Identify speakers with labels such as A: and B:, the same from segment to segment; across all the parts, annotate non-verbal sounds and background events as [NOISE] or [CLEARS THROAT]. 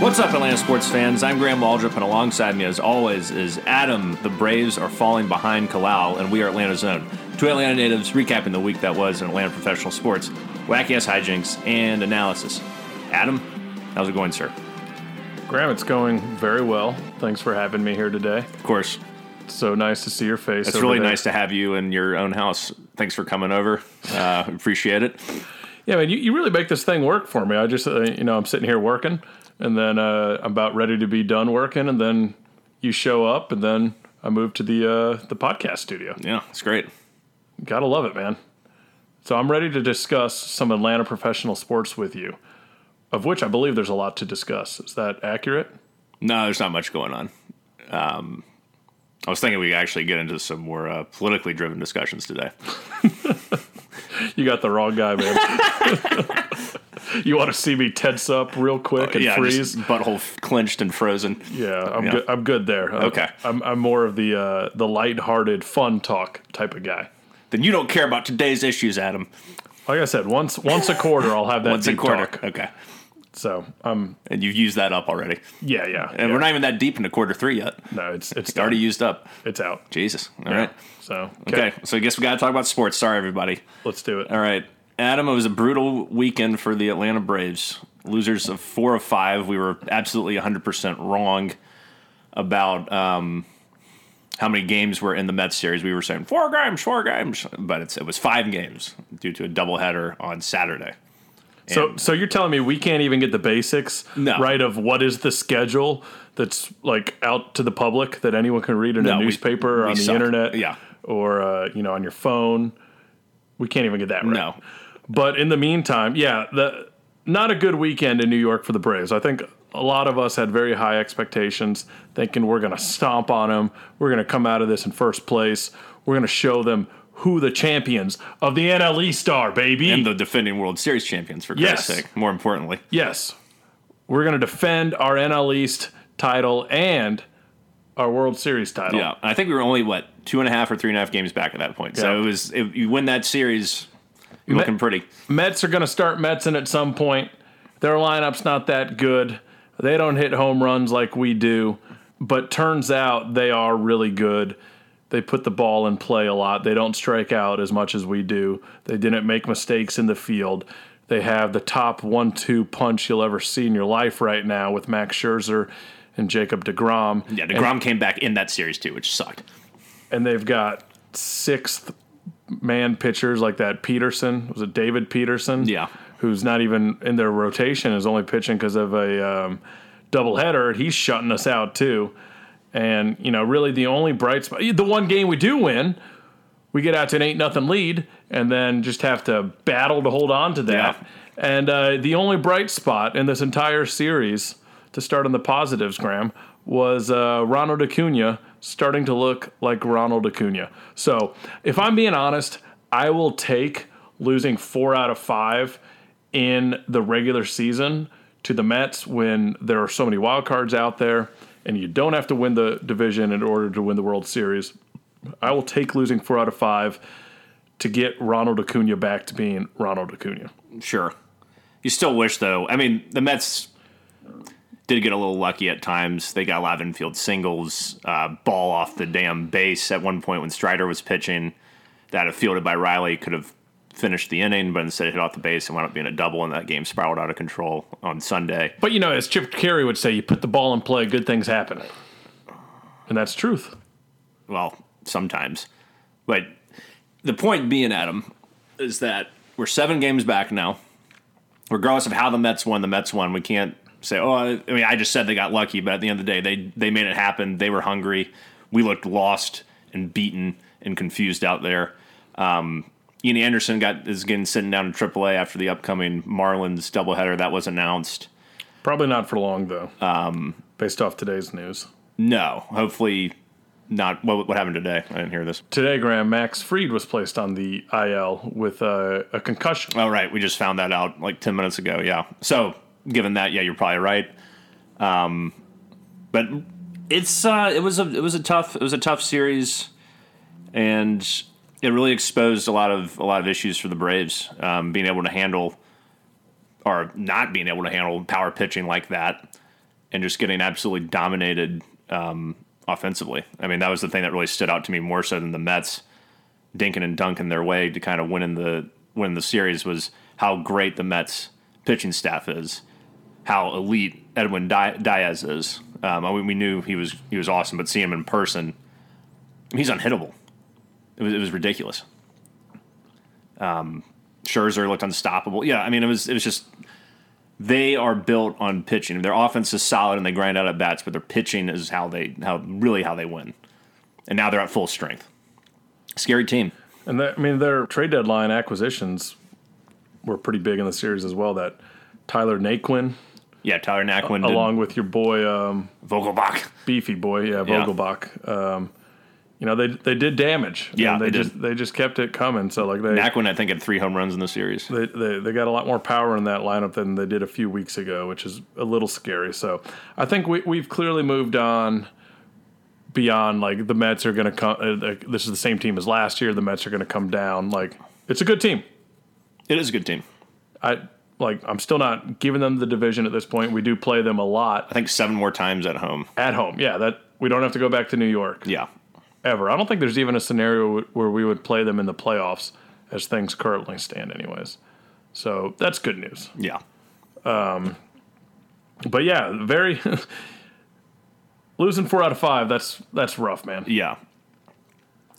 A: What's up, Atlanta sports fans? I'm Graham Waldrop, and alongside me, as always, is Adam. The Braves are falling behind Kalal, and we are Atlanta's own. Two Atlanta natives recapping the week that was in Atlanta professional sports, wacky ass hijinks, and analysis. Adam, how's it going, sir?
B: Graham, it's going very well. Thanks for having me here today.
A: Of course,
B: It's so nice to see your face.
A: it's
B: over
A: really
B: there.
A: nice to have you in your own house. Thanks for coming over. Uh, appreciate it.
B: Yeah, man, you, you really make this thing work for me. I just, uh, you know, I'm sitting here working, and then uh, I'm about ready to be done working, and then you show up, and then I move to the uh, the podcast studio.
A: Yeah, it's great.
B: Gotta love it, man. So I'm ready to discuss some Atlanta professional sports with you, of which I believe there's a lot to discuss. Is that accurate?
A: No, there's not much going on. Um, I was thinking we could actually get into some more uh, politically driven discussions today.
B: You got the wrong guy, man. [LAUGHS] you want to see me tense up real quick and
A: yeah,
B: freeze?
A: just butthole f- clenched and frozen.
B: Yeah, I'm
A: Yeah.
B: good. I'm good there. I'm-
A: Okay.
B: I'm, I'm more of the uh, the lighthearted, fun talk type of guy.
A: Then you don't care about today's issues, Adam.
B: Like I said, once once a quarter, I'll have that
A: Once a
B: deep
A: quarter,
B: talk.
A: okay.
B: So um,
A: And you've used that up already,
B: yeah, yeah,
A: and
B: yeah.
A: we're not even that deep into quarter three yet.
B: no, it's it's
A: Already
B: done.
A: used up.
B: it's out.
A: Jesus. All right.
B: So
A: Okay. So I guess we got to talk about sports. Sorry, everybody.
B: let's do it.
A: All right, Adam. It was a brutal weekend for the Atlanta Braves. Losers of four of five. We were absolutely 100 percent wrong about um, how many games were in the Mets series. We were saying four games, four games, but it's, it was five games due to a doubleheader on Saturday.
B: So so you're telling me we can't even get the basics
A: No.
B: right of what is the schedule that's like out to the public that anyone can read in
A: No,
B: a
A: we-
B: newspaper or
A: we
B: on the
A: suck.
B: internet,
A: Yeah.
B: or uh, you know on your phone. We can't even get that right.
A: No,
B: But in the meantime, yeah, the not a good weekend in New York for the Braves. I think a lot of us had very high expectations, thinking we're going to stomp on them. We're going to come out of this in first place. We're going to show them who the champions of the NL East are, baby.
A: and the defending World Series champions for Christ's
B: Yes.
A: sake. More importantly,
B: yes, we're going to defend our NL East title and our World Series title.
A: yeah. I think we were only what two and a half or three and a half games back at that point. So
B: Yeah.
A: it was if you win that series, you're
B: Me-
A: looking pretty.
B: Mets are going to start Metsing at some point. Their lineup's not that good. They don't hit home runs like we do, but turns out they are really good. They put the ball in play a lot. They don't strike out as much as we do. They didn't make mistakes in the field. They have the top one two punch you'll ever see in your life right now with Max Scherzer and Jacob DeGrom.
A: Yeah, Degrom came back in that series too, which sucked.
B: And they've got sixth man pitchers like that Peterson. Was it David Peterson?
A: Yeah.
B: who's not even in their rotation is only pitching because of a um, doubleheader. He's shutting us out too, and you know, really the only bright spot, the one game we do win, we get out to an eight nothing lead, and then just have to battle to hold on to that.
A: Yeah.
B: And uh, the only bright spot in this entire series, to start on the positives, Graham, was uh, Ronald Acuna starting to look like Ronald Acuna. So, if I'm being honest, I will take losing four out of five in the regular season to the Mets when there are so many wild cards out there and you don't have to win the division in order to win the World Series. I will take losing four out of five to get Ronald Acuna back to being Ronald Acuna.
A: Sure. You still wish, though. I mean, the Mets did get a little lucky at times. They got a lot of infield singles, uh, ball off the damn base at one point when Strider was pitching. That if fielded by Riley could have finished the inning, but instead it hit off the base and wound up being a double, and that game spiraled out of control on Sunday.
B: But you know, as Chip Carey would say, you put the ball in play, good things happen. And that's truth.
A: well, sometimes. But the point being, Adam, is that we're seven games back now. Regardless of how the Mets won, the Mets won. We can't say, oh, I I mean, I just said they got lucky, but at the end of the day, they they made it happen. They were hungry. We looked lost and beaten and confused out there. Um, Ian Anderson got is getting sitting down in AAA after the upcoming Marlins doubleheader that was announced.
B: Probably not for long though. Um, based off today's news.
A: No, hopefully not. What, what happened today? I didn't hear this.
B: Today, Graham Max Freed was placed on the IL with uh, a concussion.
A: Oh, right. We just found that out like 10 minutes ago. Yeah. So, given that, yeah, you're probably right. Um, but it's uh, it was a it was a tough it was a tough series, and it really exposed a lot of a lot of issues for the Braves um, being able to handle or not being able to handle power pitching like that, and just getting absolutely dominated um, offensively. I mean, that was the thing that really stood out to me more so than the Mets dinking and dunking their way to kind of winning the winning the series was how great the Mets pitching staff is, how elite Edwin Di- Diaz is. Um, I mean, we knew he was he was awesome, but seeing him in person, he's unhittable. It was it was ridiculous. Um, Scherzer looked unstoppable. Yeah, I mean, it was it was just they are built on pitching. Their offense is solid and they grind out at bats, but their pitching is how they how really how they win. And now they're at full strength. Scary team.
B: And that, I mean, their trade deadline acquisitions were pretty big in the series as well. That Tyler Naquin,
A: Yeah, Tyler Naquin did-
B: along with your boy um,
A: Vogelbach.
B: Beefy Boy, yeah,
A: Yeah.
B: Vogelbach. Um, you know, they they did damage.
A: Yeah,
B: And they,
A: they did.
B: just they just kept it coming. So like they,
A: Naquin, I think, had three home runs in the series.
B: they they they got a lot more power in that lineup than they did a few weeks ago, which is a little scary. So I think we we've clearly moved on beyond like the Mets are going to come. Uh, like, this is the same team as last year. The Mets are going to come down. Like it's a good team.
A: It is a good team.
B: I like I'm still not giving them the division at this point. We do play them a lot
A: I think seven more times at home.
B: at home. Yeah, that we don't have to go back to New York
A: Yeah.
B: ever. I don't think there's even a scenario wh- where we would play them in the playoffs as things currently stand anyways. So that's good news.
A: Yeah.
B: But yeah, very [LAUGHS] losing 4 out of 5, that's that's rough, man.
A: Yeah.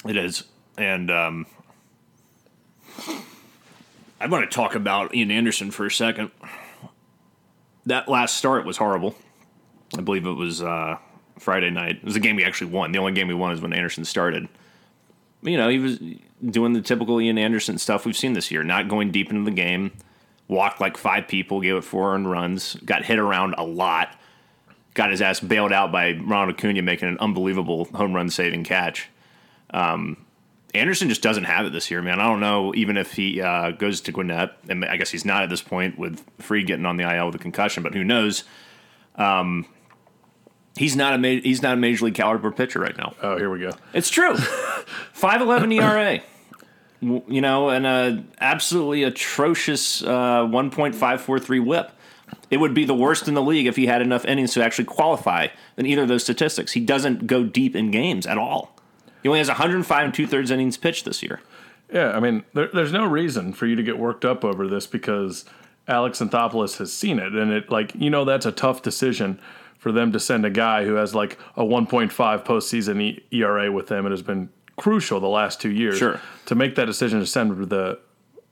A: It is. And um I want to talk about Ian Anderson for a second. That last start was horrible. I believe it was uh Friday night. It was a game we actually won. The only game we won is when Anderson started. You know, he was doing the typical Ian Anderson stuff we've seen this year, not going deep into the game, walked like five people, gave it four earned runs, got hit around a lot got his ass bailed out by Ronald Acuna making an unbelievable home run saving catch. Um, Anderson just doesn't have it this year, man. I don't know even if he uh, goes to Gwinnett, and I guess he's not at this point with Free getting on the IL with a concussion, but who knows? Um, he's not a ma- he's not a major league caliber pitcher right now.
B: Oh, here we go.
A: It's true. 511 ERA. W- You know, and a absolutely atrocious uh, 1.543 whip. It would be the worst in the league if he had enough innings to actually qualify in either of those statistics. He doesn't go deep in games at all. He only has 105 and two thirds innings pitched this year.
B: Yeah, I mean, there, there's no reason for you to get worked up over this because Alex Anthopoulos has seen it, and it like you know that's a tough decision for them to send a guy who has like a 1.5 postseason e- ERA with them and has been crucial the last two years
A: Sure.
B: to make that decision to send him to the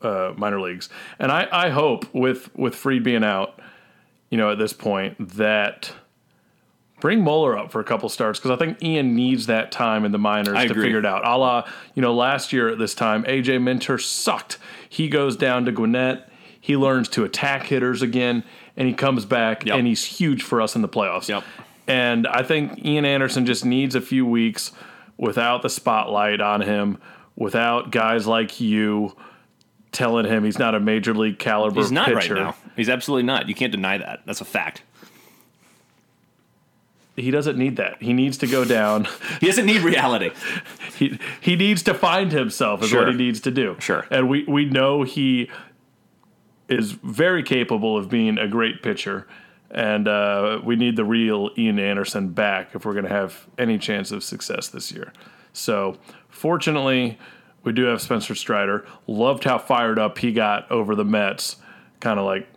B: uh, minor leagues. And I, I hope with with Freed being out, you know, at this point that. Bring Moeller up for a couple starts because I think Ian needs that time in the minors to
A: agree.
B: figure it out. A la, you know, last year at this time, AJ Minter sucked. He goes down to Gwinnett. He learns to attack hitters again, and he comes back,
A: Yep.
B: and he's huge for us in the playoffs.
A: Yep.
B: And I think Ian Anderson just needs a few weeks without the spotlight on him, without guys like you telling him he's not a major league caliber
A: He's not
B: pitcher.
A: right now. He's absolutely not. You can't deny that. That's a fact.
B: He doesn't need that. He needs to go down.
A: He doesn't need reality.
B: he he needs to find himself is
A: Sure.
B: what he needs to do.
A: Sure.
B: And we we know he is very capable of being a great pitcher, and uh, we need the real Ian Anderson back if we're going to have any chance of success this year. So fortunately, we do have Spencer Strider. Loved how fired up he got over the Mets, kind of like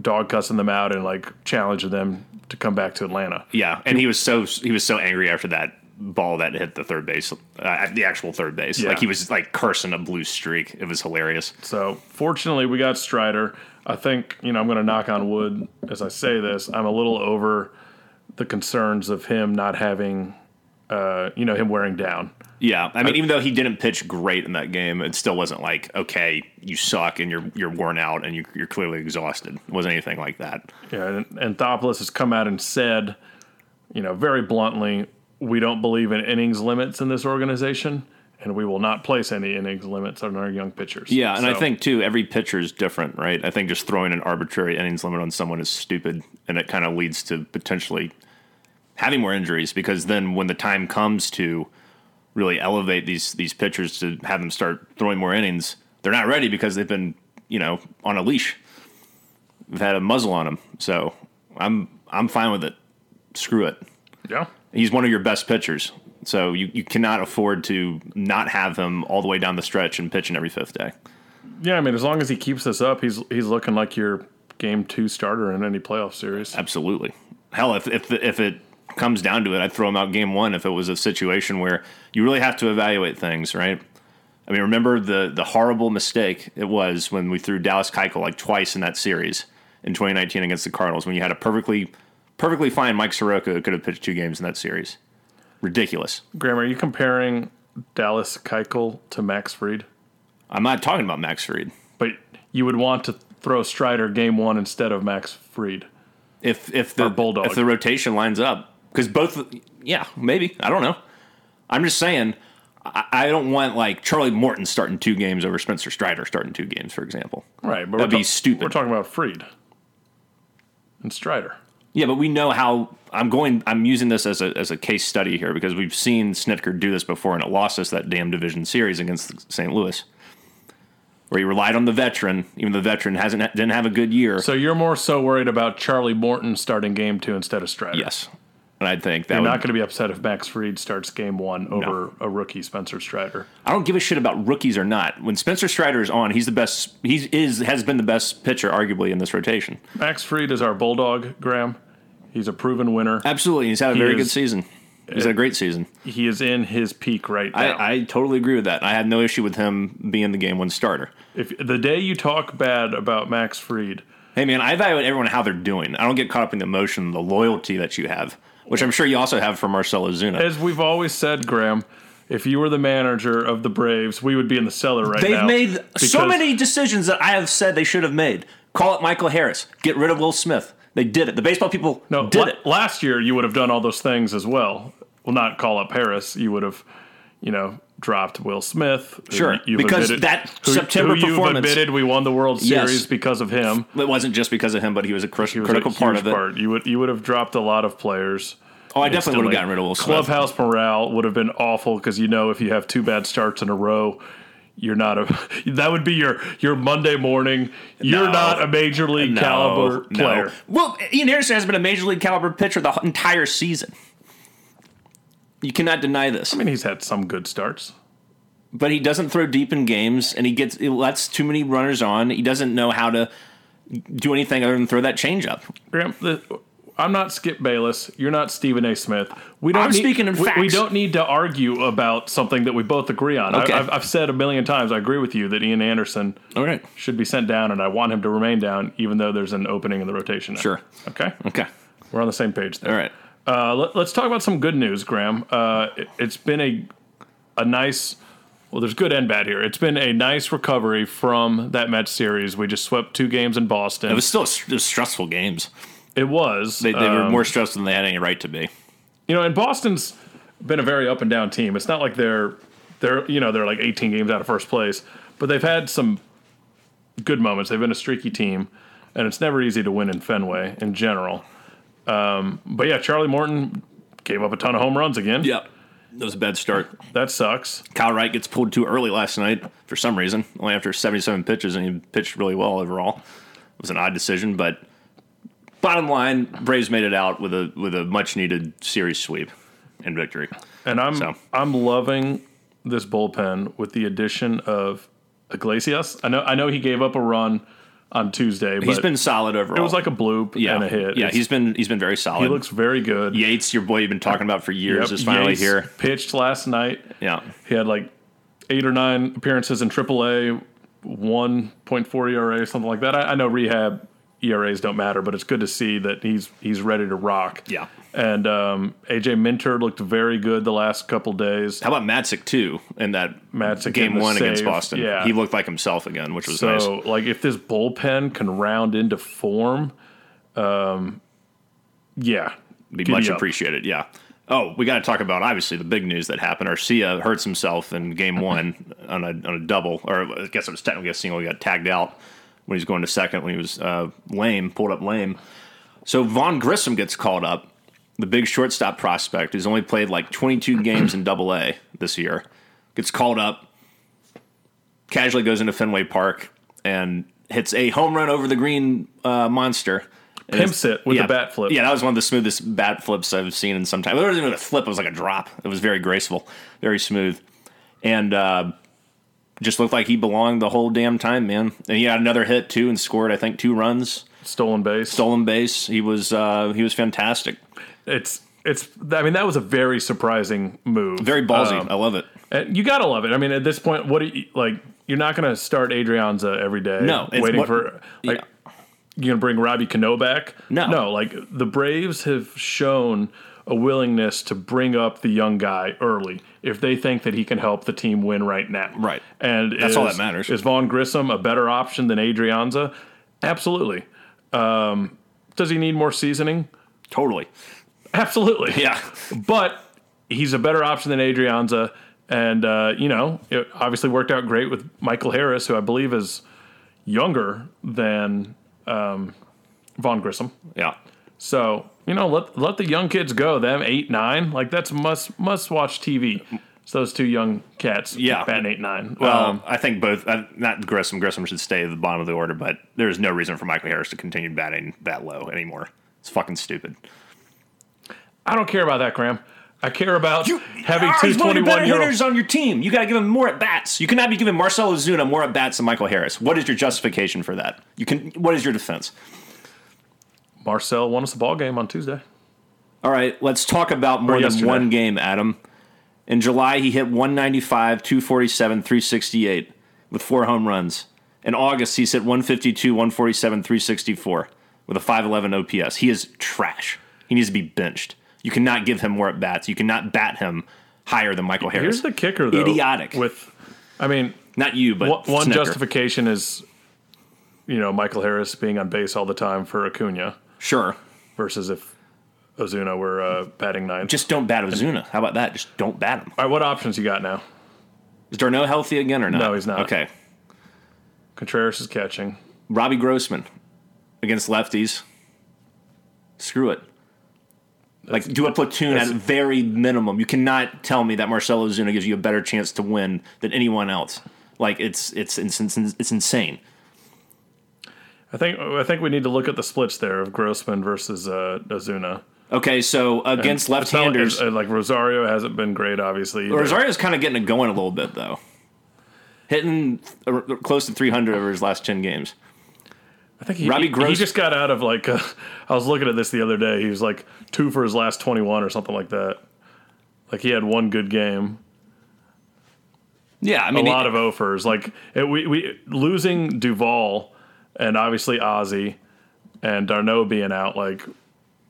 B: dog cussing them out and like challenging them to come back to Atlanta.
A: Yeah, and he was so he was so angry after that ball that hit the third base, uh, the actual third base.
B: Yeah.
A: Like he was like cursing a blue streak. It was hilarious.
B: So fortunately, we got Strider. I think you know I'm going to knock on wood as I say this. I'm a little over the concerns of him not having, uh, you know, him wearing down.
A: Yeah, I mean, even though he didn't pitch great in that game, it still wasn't like okay, you suck and you're you're worn out and you, you're clearly exhausted. It wasn't anything like that.
B: Yeah, and Anthopoulos has come out and said, you know, very bluntly, we don't believe in innings limits in this organization, and we will not place any innings limits on our young pitchers.
A: Yeah, and I
B: So-
A: think too, every pitcher is different, right? I think just throwing an arbitrary innings limit on someone is stupid, and it kind of leads to potentially having more injuries because then when the time comes to really elevate these these pitchers to have them start throwing more innings, they're not ready because they've been you know on a leash. They've had a muzzle on them, so I'm I'm fine with it. screw it.
B: Yeah.
A: He's one of your best pitchers. So you, you cannot afford to not have him all the way down the stretch and pitching every fifth day.
B: Yeah, I mean, as long as he keeps this up, he's he's looking like your game two starter in any playoff series.
A: Absolutely. Hell, if if if it comes down to it, I'd throw him out game one if it was a situation where you really have to evaluate things, right? I mean, remember the the horrible mistake it was when we threw Dallas Keuchel like twice in that series in 2019 against the Cardinals when you had a perfectly perfectly fine Mike Soroka who could have pitched two games in that series. Ridiculous.
B: Graham, are you comparing Dallas Keuchel to Max Fried?
A: I'm not talking about Max Fried.
B: But you would want to throw Strider game one instead of Max Fried.
A: if if the
B: Or Bulldog.
A: if the rotation lines up because both yeah maybe I don't know I'm just saying I, I don't want like Charlie Morton starting two games over Spencer Strider starting two games for example
B: Right, but
A: That'd
B: we're
A: be stupid.
B: We're talking about Freed and Strider.
A: yeah but we know how I'm going I'm using this as a as a case study here because we've seen Snitker do this before and it lost us that damn division series against St Louis where he relied on the veteran even though the veteran hasn't didn't have a good year
B: So you're more so worried about Charlie Morton starting game two instead of Strider.
A: yes and I think that
B: I'm
A: would,
B: not going to be upset if Max Fried starts game one over a rookie Spencer Strider.
A: I don't give a shit about rookies or not. When Spencer Strider is on, he's the best. He is has been the best pitcher, arguably, in this rotation.
B: Max Fried is our bulldog, Graham. He's a proven winner.
A: Absolutely, he's had a very
B: is-
A: good season. He's had a great season.
B: He is in his peak right now.
A: I, I totally agree with that. I had no issue with him being the game one starter.
B: if the day you talk bad about Max Fried,
A: Hey man, I evaluate everyone how they're doing. I don't get caught up in the emotion, the loyalty that you have, which I'm sure you also have for Marcelo Zuna.
B: as we've always said, Graham, if you were the manager of the Braves, we would be in the cellar right
A: They've
B: now.
A: made so
B: because-
A: many decisions that I have said they should have made. Call it Michael Harris. Get rid of Will Smith. They did it. The baseball people
B: No,
A: did
B: la-
A: it.
B: last year you would have done all those things as well. Well, not call up Harris. You would have, you know, dropped Will Smith. who
A: Sure,
B: you've
A: because that September
B: who you've
A: performance-
B: admitted we won the World
A: Yes.
B: Series because of him.
A: It wasn't just because of him, but he was a crush,
B: It was a
A: critical part
B: huge
A: of it.
B: You would you would have dropped a lot of players.
A: Oh, I definitely would have
B: Instantly.
A: gotten rid of Will Smith.
B: Clubhouse morale would have been awful because you know if you have two bad starts in a row. You're not a. [LAUGHS] That would be your your Monday morning. You're
A: No.
B: not a major league
A: No,
B: caliber
A: no.
B: player.
A: Well, Ian Anderson has been a major league caliber pitcher the entire season. You cannot deny this.
B: I mean, he's had some good starts.
A: But he doesn't throw deep in games, and he gets he lets too many runners on. He doesn't know how to do anything other than throw that changeup.
B: Graham, the, I'm not Skip Bayless. You're not Stephen A. Smith. We don't.
A: I'm
B: need,
A: speaking in
B: we, We
A: facts.
B: don't need to argue about something that we both agree on. I-
A: Okay.
B: I've, I've said a million times. I agree with you that Ian Anderson
A: All right.
B: should be sent down, and I want him to remain down, even though there's an opening in the rotation. now.
A: Sure.
B: Okay.
A: Okay.
B: We're on the same page. There.
A: All right.
B: Uh, let, us talk about some good news, Graham. Uh, it, it's been a a nice. Well, there's good and bad here. It's been a nice recovery from that Mets series. We just swept two games in Boston.
A: It was still it was stressful games.
B: It was. um,
A: They, they were more stressed than they had any right to be.
B: you know, and Boston's been a very up and down team. It's not like they're they're you know they're like 18 games out of first place, but they've had some good moments. They've been a streaky team, and it's never easy to win in Fenway in general. Um, but yeah, Charlie Morton gave up a ton of home runs again.
A: Yep. That was a bad start.
B: that sucks.
A: Kyle Wright gets pulled too early last night for some reason, only after 77 pitches, and he pitched really well overall. It was an odd decision, but bottom line, Braves made it out with a with a much needed series sweep and victory.
B: And I'm
A: So.
B: I'm loving this bullpen with the addition of Iglesias. I know I know he gave up a run on Tuesday, but
A: He's been solid overall.
B: it was like a bloop
A: yeah,
B: and a hit.
A: Yeah,
B: It's-
A: he's been he's been very solid.
B: he looks very good.
A: Yates, your boy you've been talking about for years,
B: Yep,
A: is finally
B: Yates
A: here.
B: Pitched last night.
A: Yeah,
B: He had like eight or nine appearances in AAA, 1.4 ERA, E something like that. I, I know rehab ERAs don't matter, but it's good to see that he's he's ready to rock.
A: yeah.
B: And um, AJ Minter looked very good the last couple days.
A: How about Matzik too? In that
B: Matzik in
A: game
B: the
A: one against
B: save,
A: Boston,
B: yeah.
A: he looked like himself again, which was
B: So,
A: nice.
B: like, if this bullpen can round into form, um, yeah,
A: be
B: Giddy
A: much
B: up.
A: appreciated. Yeah. Oh, we got to talk about obviously the big news that happened. Arcia hurts himself in
B: [LAUGHS]
A: game one on a on a double, or I guess it was technically a single. He got tagged out when he was going to second when he was uh, lame, pulled up lame. So Vaughn Grissom gets called up, the big shortstop prospect who's only played like
B: [CLEARS THROAT]
A: 22 games in Double A this year, gets called up, casually goes into Fenway Park and hits a home run over the green uh, monster
B: Pimps it with
A: yeah.
B: the bat flip.
A: Yeah, that was one of the smoothest bat flips I've seen in some time. It wasn't even a flip; it was like a drop. It was very graceful, very smooth, and uh, just looked like he belonged the whole damn time, man. And he had another hit too, and scored I think two runs,
B: Stolen base.
A: stolen base. He was uh, he was fantastic,
B: it's it's. I mean, that was a very surprising move.
A: very ballsy.
B: Um,
A: I love it.
B: and you gotta love it. I mean, at this point, what do you like? You're not gonna start Adrianza every day.
A: No, it's
B: waiting
A: what-
B: for like
A: yeah.
B: you're gonna bring Robbie Cano back.
A: No.
B: no. Like the Braves have shown a willingness to bring up the young guy early if they think that he can help the team win right now.
A: Right.
B: and
A: That's all
B: is-
A: that matters.
B: Is Vaughn Grissom a better option than Adrianza? Absolutely. Um, does he need more seasoning?
A: Totally.
B: Absolutely
A: Yeah.
B: but he's a better option than Adrianza. And, uh, you know, it obviously worked out great with Michael Harris, who I believe is younger than um, Von Grissom.
A: Yeah.
B: So, you know, let, let the young kids go, them eight, nine. Like, that's must must watch TV. It's those two young cats,
A: Yeah.
B: batting eight, nine.
A: Well,
B: um,
A: I think both, uh, not Grissom. Grissom should stay at the bottom of the order, but there's no reason for Michael Harris to continue batting that low anymore. It's fucking stupid.
B: I don't care about that, Graham. I care about having
A: Ah,
B: two
A: he's one of the
B: 21
A: better
B: year
A: hitters on your team. You got to give him more at bats. You cannot be giving Marcelo Zuna more at bats than Michael Harris. What is your justification for that? You can. What is your defense?
B: Marcel won us the ball game on Tuesday.
A: All right, let's talk about more than
B: yesterday.
A: one game, Adam. In July, he hit 195, 247, 368 with four home runs. In August, he's hit 152, 147, 364 with a 511 OPS. He is trash. He needs to be benched. You cannot give him more at bats. You cannot bat him higher than Michael Harris.
B: Here's the kicker, though.
A: Idiotic.
B: With, I mean,
A: Not you, but
B: one, one
A: Snicker.
B: justification is, you know, Michael Harris being on base all the time for Acuna
A: Sure.
B: versus if Ozuna were uh, batting ninth.
A: Just don't bat Ozuna. How about that? Just don't bat him.
B: all right, what options you got now?
A: Is Darno healthy again or not?
B: No, he's not.
A: Okay.
B: Contreras is catching.
A: Robbie Grossman against lefties. Screw it. Like do a platoon at very minimum. You cannot tell me that Marcelo Zuna gives you a better chance to win than anyone else. Like it's it's it's it's, it's insane.
B: I think I think we need to look at the splits there of Grossman versus uh, Ozuna.
A: Okay, so against
B: It's not like-
A: left-handers,
B: uh, like Rosario hasn't been great, obviously. either.
A: Rosario's kind of getting it going a little bit though. Hitting uh, close to 300 over his last 10 games.
B: I think he,
A: Robbie
B: he- he
A: Gross-
B: just got out of like uh, I was looking at this the other day. He was like two for his last twenty one or something like that. Like he had one good game.
A: Yeah, I
B: a
A: mean,
B: lot of offers. Like it, we, we losing Duval and obviously Ozzy and Darno being out. Like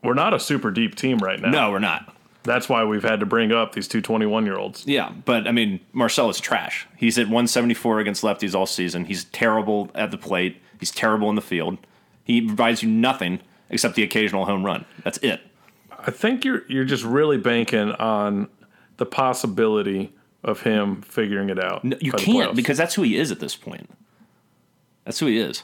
B: we're not a super deep team right now.
A: no, we're not.
B: That's why we've had to bring up these two 21 year olds.
A: Yeah, but I mean, Marcelo's trash. He's at 174 against lefties all season. He's terrible at the plate. He's terrible in the field. He provides you nothing except the occasional home run. That's it.
B: I think you're you're just really banking on the possibility of him figuring it out.
A: You
B: by the
A: can't
B: playoffs.
A: because that's who he is at this point. That's who he is.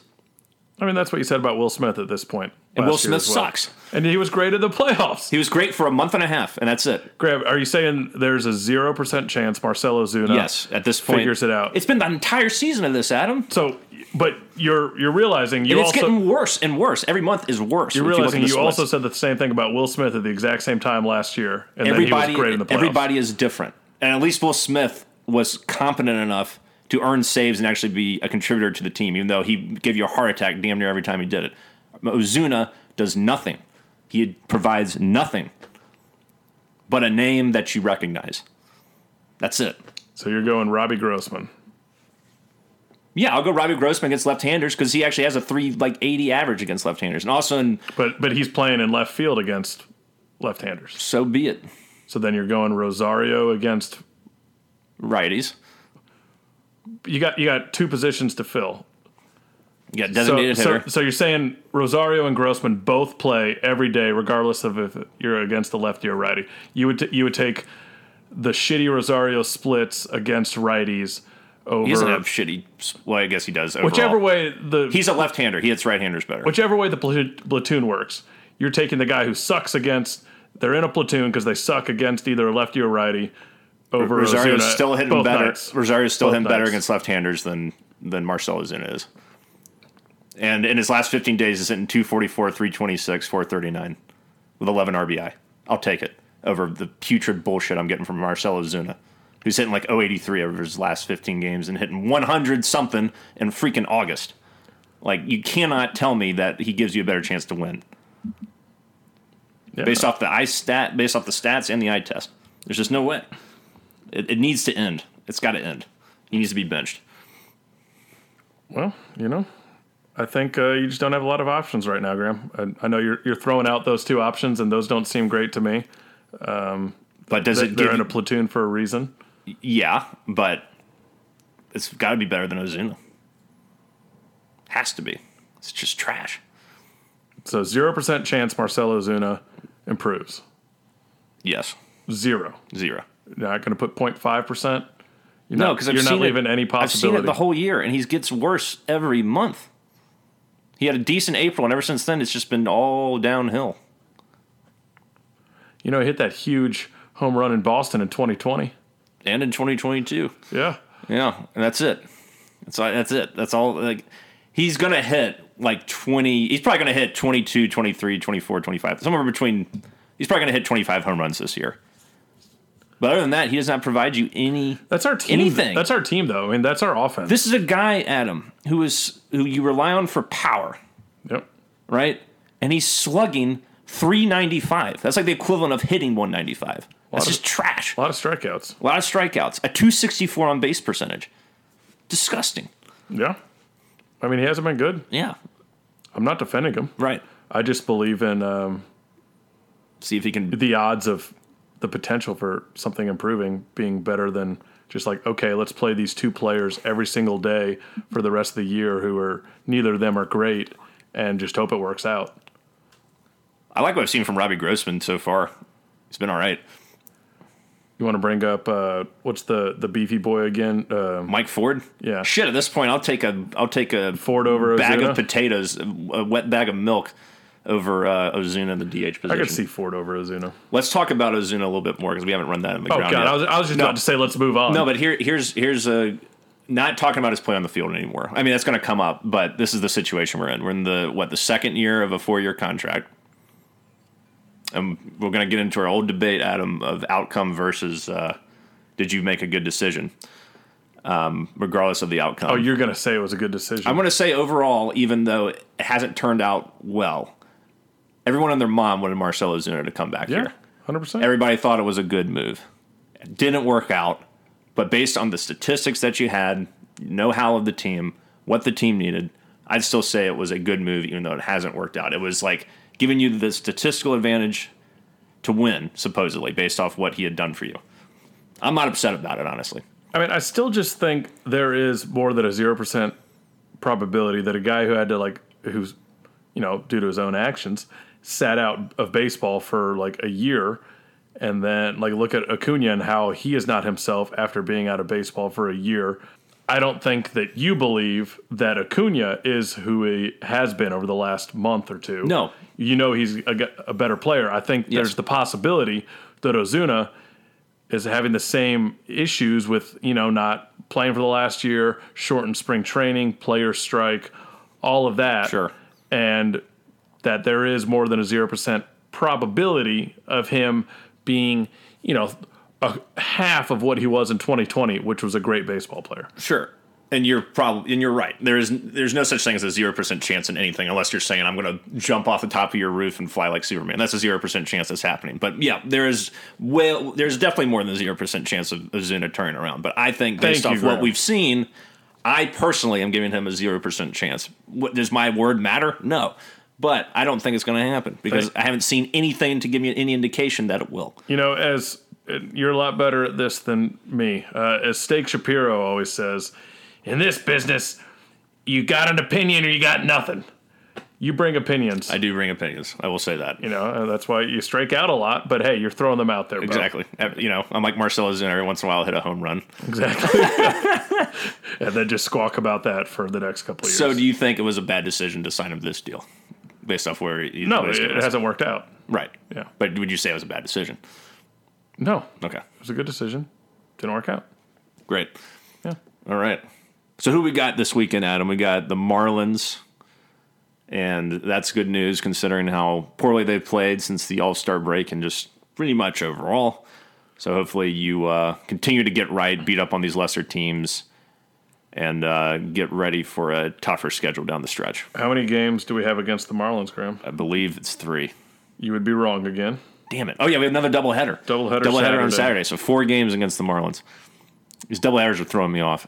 B: I mean that's what you said about Will Smith at this point.
A: And Will
B: last year
A: Smith
B: as well.
A: sucks.
B: And he was great at the playoffs.
A: He was great for a month and a half, and that's it.
B: Graham, are you saying there's a zero percent chance Marcelo Zuna
A: Yes, at this point,
B: Oh. figures it out.
A: It's been the entire season of this, Adam.
B: So, but you're you're realizing you
A: And it's
B: also
A: getting worse and worse. Every month is worse.
B: you're
A: if look
B: realizing
A: at
B: you,
A: the splits.
B: also said the same thing about Will Smith at the exact same time last year, and then he
A: everybody
B: was great in the playoffs.
A: everybody is different. And at least Will Smith was competent enough to earn saves and actually be a contributor to the team, even though he gave you a heart attack damn near every time he did it. Ozuna does nothing. He provides nothing but a name that you recognize. That's it.
B: So you're going Robbie Grossman.
A: Yeah, I'll go Robbie Grossman against left-handers because he actually has a three like eighty average against left-handers, and also in
B: But but he's playing in left field against left-handers.
A: so be it,
B: So then you're going Rosario against
A: righties.
B: you got you got two positions to fill.
A: You got
B: So,
A: designated
B: so
A: hitter.
B: so you're saying Rosario and Grossman both play every day, regardless of if you're against the lefty or righty. You would t- you would take the shitty Rosario splits against righties over
A: He doesn't have shitty. Well, I guess he does. Overall.
B: whichever way the
A: He's a left-hander. Oh. He hits right-handers better.
B: whichever way the platoon, platoon works, you're taking the guy who sucks against. They're in a platoon because they suck against either lefty or righty. Over
A: Rosario's
B: Ozuna
A: still hitting
B: both
A: better.
B: nights.
A: Rosario's still
B: Both
A: hitting better
B: nights.
A: against left-handers than than Marcelo Zuna is. And in his last 15 days, he's hitting 244, 326, 439 with 11 RBI. I'll take it over the putrid bullshit I'm getting from Marcelo Zuna, who's hitting like 083 over his last 15 games and hitting 100 something in freaking August. Like, you cannot tell me that he gives you a better chance to win
B: Yeah.
A: based off the eye stat, based off the stats and the eye test. There's just no way. It, it needs to end. It's got to end. He needs to be benched.
B: Well, you know, I think uh, you just don't have a lot of options right now, Graham. I, I know you're you're throwing out those two options, and those don't seem great to me.
A: But does it
B: They're
A: give?
B: in a platoon for a reason.
A: yeah, but it's got to be better than Ozuna. Has to be. It's just trash.
B: So zero percent chance Marcelo Zuna improves.
A: Yes,
B: Zero.
A: zero.
B: You're not going to put 0.5 percent.
A: No, because I've
B: you're
A: seen
B: not leaving
A: it,
B: any
A: I've seen
B: possibility.
A: it the whole year, and he gets worse every month. He had a decent April, and ever since then, it's just been all downhill.
B: you know, he hit that huge home run in Boston in 2020.
A: And in 2022,
B: Yeah.
A: Yeah, and that's it. That's all, that's it. That's all. Like he's gonna hit like twenty. He's probably gonna hit 22, 23, 24, 25. Somewhere between. He's probably gonna hit twenty five home runs this year. But other than that, he does not provide you any.
B: That's our team.
A: Anything.
B: That's our team, though. I mean, that's our offense.
A: This is a guy, Adam, who is who you rely on for power,
B: yep.
A: right? And he's slugging three ninety five. That's like the equivalent of hitting one ninety five. That's
B: of-
A: just trash.
B: A lot of strikeouts.
A: A lot of strikeouts. A two sixty four on base percentage. Disgusting.
B: Yeah. I mean, he hasn't been good.
A: Yeah.
B: I'm not defending him.
A: Right.
B: I just believe in um,
A: See if he can
B: the odds of the potential for something improving being better than just like okay, let's play these two players every single day for the rest of the year who are neither of them are great and just hope it works out.
A: I like what I've seen from Robbie Grossman so far. He's been all right.
B: You want to bring up uh, what's the the beefy boy again? Um
A: Mike Ford.
B: Yeah.
A: Shit. At this point, I'll take a I'll take a
B: Ford over
A: bag
B: Ozuna.
A: of potatoes, a wet bag of milk, over uh, Ozuna in the DH position.
B: I could see Ford over Ozuna.
A: Let's talk about Ozuna a little bit more because we haven't run that in the
B: Oh
A: ground
B: god,
A: yet.
B: I was, I was just
A: No.
B: about to say let's move on.
A: no, but here here's here's a. Not talking about his play on the field anymore. I mean, that's going to come up, but this is the situation we're in. We're in the what the second year of a four-year contract, and we're going to get into our old debate, Adam, of outcome versus uh, did you make a good decision, um, regardless of the outcome.
B: oh, you're gonna say it was a good decision.
A: I'm going to say overall, even though it hasn't turned out well, everyone and their mom wanted Marcelo Zuna to come back
B: yeah,
A: here.
B: hundred percent.
A: Everybody thought it was a good move. It didn't work out, but based on the statistics that you had, know how of the team, what the team needed, I'd still say it was a good move, even though it hasn't worked out. It was like giving you the statistical advantage to win, supposedly, based off what he had done for you. I'm not upset about it, honestly.
B: I mean, I still just think there is more than a zero percent probability that a guy who had to like who's you know due to his own actions sat out of baseball for like a year, and then like look at Acuna and how he is not himself after being out of baseball for a year. I don't think that you believe that Acuna is who he has been over the last month or two.
A: No.
B: you know he's a, g- a better player. I think there's the possibility that Ozuna is having the same issues with you know not playing for the last year, shortened spring training, player strike, all of that.
A: Sure.
B: and that there is more than a zero percent probability of him being you know a half of what he was in 2020, which was a great baseball player.
A: Sure. And you're probably and you're right. There is there's no such thing as a zero percent chance in anything unless you're saying I'm going to jump off the top of your roof and fly like Superman. That's a zero percent chance that's happening. But yeah, there is well, there's definitely more than a zero percent chance of Ozuna turning around. But I think based
B: Thank you,
A: off what
B: Graham.
A: we've seen, I personally am giving him a zero percent chance. What, does my word matter? No, but I don't think it's going to happen because I haven't seen anything to give me any indication that it will.
B: You know, as you're a lot better at this than me, uh, as Steak Shapiro always says, in this business, you got an opinion or you got nothing. You bring opinions.
A: I do bring opinions. I will say that.
B: you know, and that's why you strike out a lot, but hey, you're throwing them out there. Bro.
A: Exactly. You know, I'm like Marcelo Zuna. Every once in a while, I'll hit a home run.
B: Exactly.
A: [LAUGHS]
B: [LAUGHS] and then just squawk about that for the next couple of years.
A: So, do you think it was a bad decision to sign him this deal, based off where he,
B: no,
A: what
B: it,
A: he's
B: it
A: given us?
B: hasn't worked out.
A: right?
B: Yeah.
A: but would you say it was a bad decision?
B: No, it
A: Okay,
B: was a good decision. Didn't work out.
A: great.
B: Yeah.
A: All right. So, who we got this weekend, Adam? We got the Marlins and that's good news considering how poorly they've played since the All Star break and just pretty much overall. So hopefully you uh, continue to get right, beat up on these lesser teams, and uh, get ready for a tougher schedule down the stretch.
B: How many games do we have against the Marlins, Graham?
A: I believe it's three.
B: You would be wrong again.
A: Damn it! Oh yeah, we have another doubleheader.
B: Doubleheader
A: Doubleheader on Saturday.
B: Saturday.
A: So four games against the Marlins. These doubleheaders are throwing me off.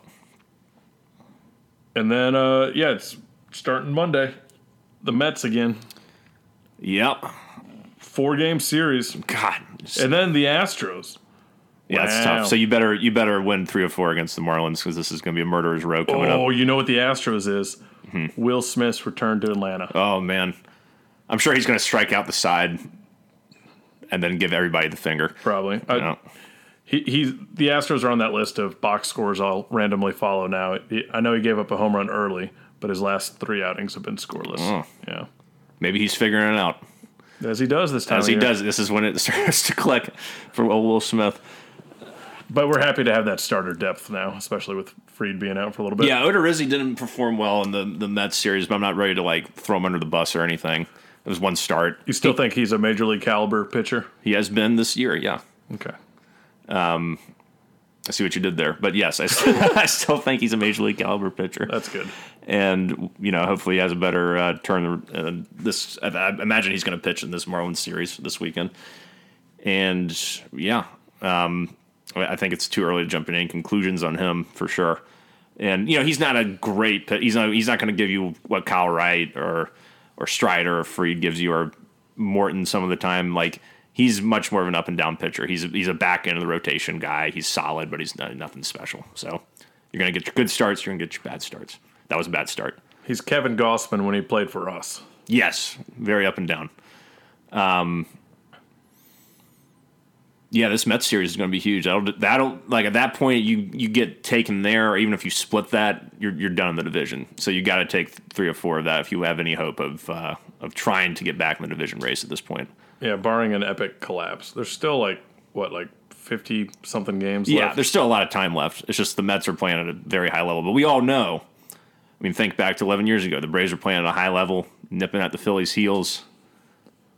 B: And then, uh, yeah, it's starting Monday. The Mets again,
A: Yep.
B: four game series,
A: God.
B: and then the Astros.
A: Yeah, that's
B: Wow.
A: tough. So you better you better win three or four against the Marlins because this is going to be a murderer's row coming up. Hmm.
B: Oh, you know what the Astros is? Will Smith's return to Atlanta.
A: Oh man, I'm sure he's going to strike out the side and then give everybody the finger.
B: Probably. I-
A: No.
B: he, he's the Astros are on that list of box scores I'll randomly follow now. He- I know he gave up a home run early, but his last three outings have been scoreless.
A: Mm.
B: Yeah,
A: Maybe he's figuring it
B: Oh,
A: out
B: as he does this time.
A: as
B: of
A: he
B: year.
A: does. This is when it [LAUGHS] starts to click for old Will Smith.
B: But we're happy to have that starter depth now, especially with Freed being out for a little bit.
A: Yeah, Odorizzi didn't perform well in the the Mets series, but I'm not ready to like throw him under the bus or anything. It was one start.
B: You still think he's a major league caliber pitcher?
A: He has been this year. Yeah,
B: Okay.
A: I see what you did there, but yes, I still, [LAUGHS] I still think he's a major league caliber pitcher.
B: That's good.
A: and you know hopefully he has a better uh, turn. Uh, this I, I imagine he's going to pitch in this Marlins series this weekend, and yeah, um, I I think it's too early to jump to any conclusions on him for sure. And you know he's not a great. pit- He's not. He's not going to give you what Kyle Wright or or Strider or Freed gives you or Morton some of the time. Like he's much more of an up and down pitcher. He's a, he's a back end of the rotation guy. He's solid, but he's not, nothing special. So you're going to get your good starts. You're going to get your bad starts. That was a bad start.
B: He's Kevin Gossman when he played for us.
A: Yes, very up and down. Um, yeah, this Mets series is going to be huge. That'll that'll like at that point you you get taken there, or even if you split that, you're you're done in the division. So you got to take three or four of that if you have any hope of uh, of trying to get back in the division race at this point.
B: Yeah, barring an epic collapse. There's still like what, like fifty something games
A: Yeah,
B: left.
A: there's still a lot of time left. It's just the Mets are playing at a very high level, but we all know. I mean, think back to 11 years ago. The Braves were playing at a high level, nipping at the Phillies' heels,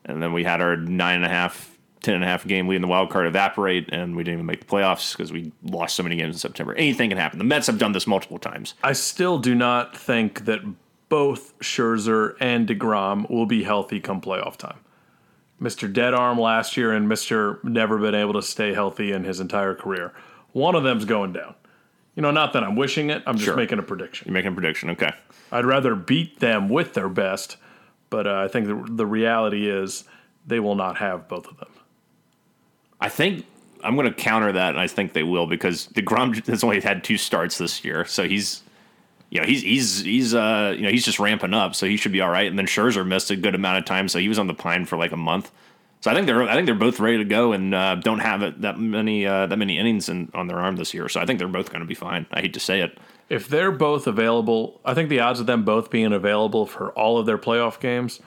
A: and then we had our nine and a half, ten and a half game lead in the wild card evaporate, and we didn't even make the playoffs because we lost so many games in September. Anything can happen. The Mets have done this multiple times.
B: I still do not think that both Scherzer and DeGrom will be healthy come playoff time. Mr. Dead Arm last year and Mr. Never been able to stay healthy in his entire career. One of them's going down. You know, not that I'm wishing it, I'm just
A: Sure.
B: making a prediction.
A: You're making a prediction, okay?
B: I'd rather beat them with their best, but uh, I think the, the reality is they will not have both of them.
A: I think I'm going to counter that, and I think they will because Degrom [LAUGHS] has only had two starts this year, so he's, you know, he's he's he's uh you know he's just ramping up, so he should be all right. And then Scherzer missed a good amount of time, so he was on the pine for like a month. So I think they're I think they're both ready to go and uh, don't have it that many uh, that many innings in, on their arm this year. So I think they're both going to be fine. I hate to say it.
B: If they're both available, I think the odds of them both being available for all of their playoff games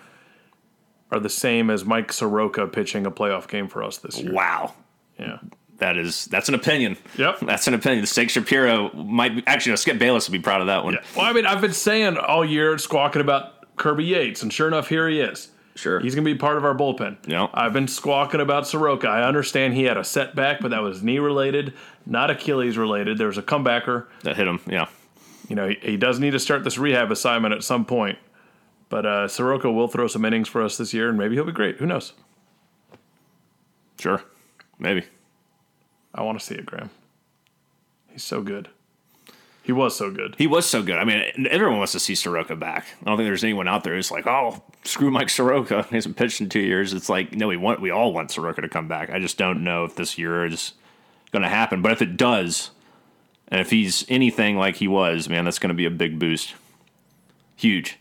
B: are the same as Mike Soroka pitching a playoff game for us this year.
A: Wow,
B: Yeah.
A: that is that's an opinion.
B: Yep.
A: [LAUGHS] that's an opinion. Steak Shapiro might be, actually no, Skip Bayless would be proud of that one.
B: Well, I mean, I've been saying all year, squawking about Kirby Yates, and sure enough, here he is.
A: Sure.
B: He's going to be part of our bullpen.
A: Yeah.
B: I've been squawking about Soroka. I understand he had a setback, but that was knee related, not Achilles related. There was a comebacker.
A: that hit him. Yeah.
B: you know, he, he does need to start this rehab assignment at some point. But uh, Soroka will throw some innings for us this year, and maybe he'll be great. Who knows?
A: Sure. Maybe.
B: I want to see it, Graham. He's so good. He was so good.
A: He was so good. I mean, everyone wants to see Soroka back. I don't think there's anyone out there who's like, "Oh, screw Mike Soroka. [LAUGHS] He hasn't pitched in two years." It's like, no, we want we all want Soroka to come back. I just don't know if this year is going to happen. But if it does, and if he's anything like he was, man, that's going to be a big boost, huge.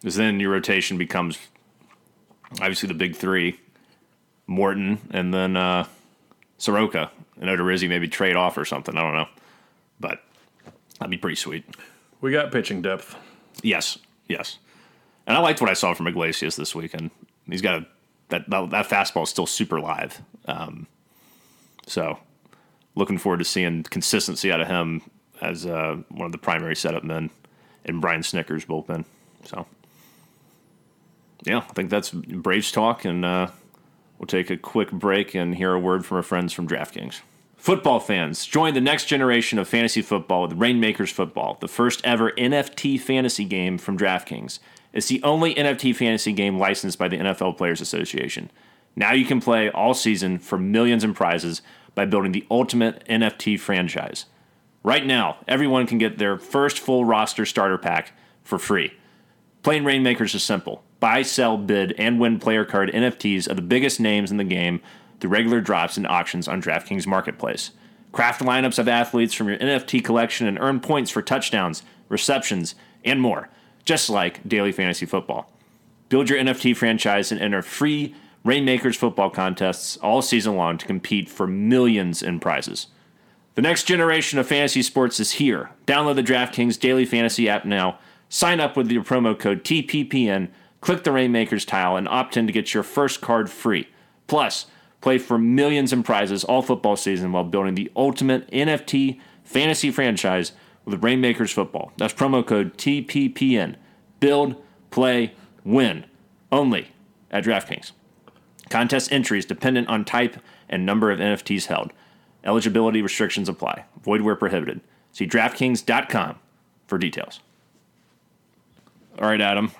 A: Because then your rotation becomes obviously the big three: Morton, and then uh, Soroka and Odorizzi maybe trade off or something. I don't know, but. That'd be pretty sweet.
B: We got pitching depth.
A: Yes, yes. And I liked what I saw from Iglesias this weekend. He's got a, that, that that fastball is still super live. Um, so looking forward to seeing consistency out of him as uh, one of the primary setup men in Brian Snicker's bullpen. So yeah, I think that's Braves talk, and uh, we'll take a quick break and hear a word from our friends from DraftKings. Football fans, join the next generation of fantasy football with Rainmakers Football, the first ever NFT fantasy game from DraftKings. It's the only NFT fantasy game licensed by the NFL Players Association. Now you can play all season for millions in prizes by building the ultimate NFT franchise. Right now, everyone can get their first full roster starter pack for free. Playing Rainmakers is simple. Buy, sell, bid, and win player card NFTs of the biggest names in the game through regular drops and auctions on DraftKings Marketplace. Craft lineups of athletes from your NFT collection and earn points for touchdowns, receptions, and more, just like daily fantasy football. Build your NFT franchise and enter free Rainmakers football contests all season long to compete for millions in prizes. The next generation of fantasy sports is here. Download the DraftKings Daily Fantasy app now. Sign up with your promo code TPPN, click the Rainmakers tile, and opt in to get your first card free. Plus, play for millions in prizes all football season while building the ultimate NFT fantasy franchise with Rainmakers Football. That's promo code TPPN. Build, play, win. Only at DraftKings. Contest entries dependent on type and number of NFTs held. Eligibility restrictions apply. Void where prohibited. See DraftKings.com for details. All right, Adam.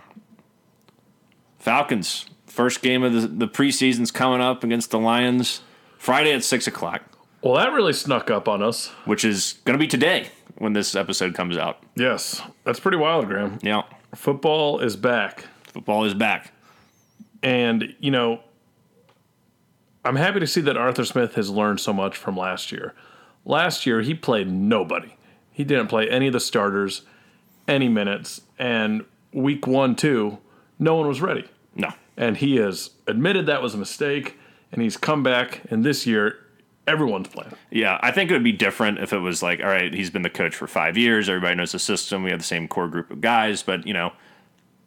A: Falcons. First game of the, the preseason's coming up against the Lions Friday at 6 o'clock,
B: Well, that really snuck up on us.
A: which is going to be today when this episode comes out.
B: Yes, that's pretty wild, Graham.
A: Yeah,
B: Football is back.
A: football is back.
B: And, you know, I'm happy to see that Arthur Smith has learned so much from last year. Last year, he played nobody, he didn't play any of the starters, any minutes. And week one, two, no one was ready.
A: No.
B: And he has admitted that was a mistake, and he's come back. And this year, everyone's playing.
A: Yeah, I think it would be different if it was like, all right, he's been the coach for five years. Everybody knows the system. We have the same core group of guys, but you know,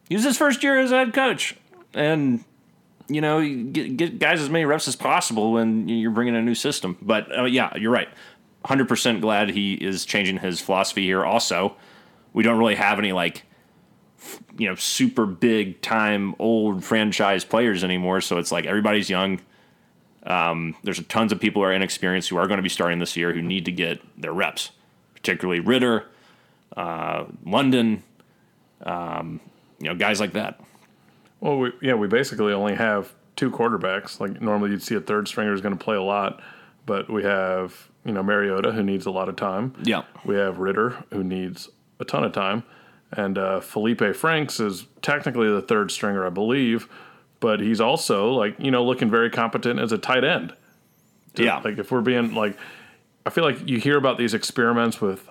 A: he was his first year as head coach, and you know, you get, get guys as many reps as possible when you're bringing a new system. But uh, yeah, you're right. 100% glad he is changing his philosophy here. Also, we don't really have any like, f- you know, super big time old franchise players anymore. So it's like everybody's young. There's tons of people who are inexperienced who are going to be starting this year who need to get their reps, particularly Ritter, uh, London, um, you know, guys like that.
B: Well, we, yeah, we basically only have two quarterbacks. Like normally, you'd see a third stringer is going to play a lot, but we have you know Mariota who needs a lot of time.
A: Yeah.
B: We have Ritter who needs a ton of time, and uh, Felipe Franks is technically the third stringer, I believe, but he's also like you know looking very competent as a tight end.
A: Yeah.
B: Like if we're being like, I feel like you hear about these experiments with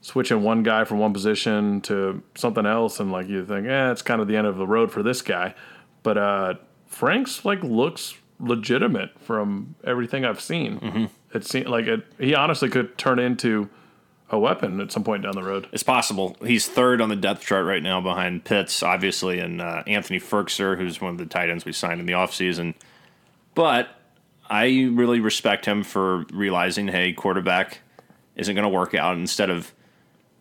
B: switching one guy from one position to something else, and like you think, eh, it's kind of the end of the road for this guy. But uh, Frank's like looks legitimate from everything I've seen. It seemed like it, he honestly could turn into a weapon at some point down the road.
A: It's possible. He's third on the depth chart right now behind Pitts, obviously, and uh, Anthony Ferkser, who's one of the tight ends we signed in the offseason. But I really respect him for realizing, hey, quarterback isn't going to work out. Instead of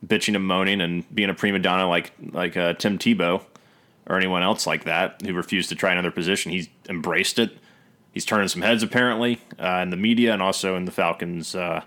A: bitching and moaning and being a prima donna like like uh, Tim Tebow or anyone else like that who refused to try another position, he's embraced it. He's turning some heads apparently uh, in the media and also in the Falcons. Uh,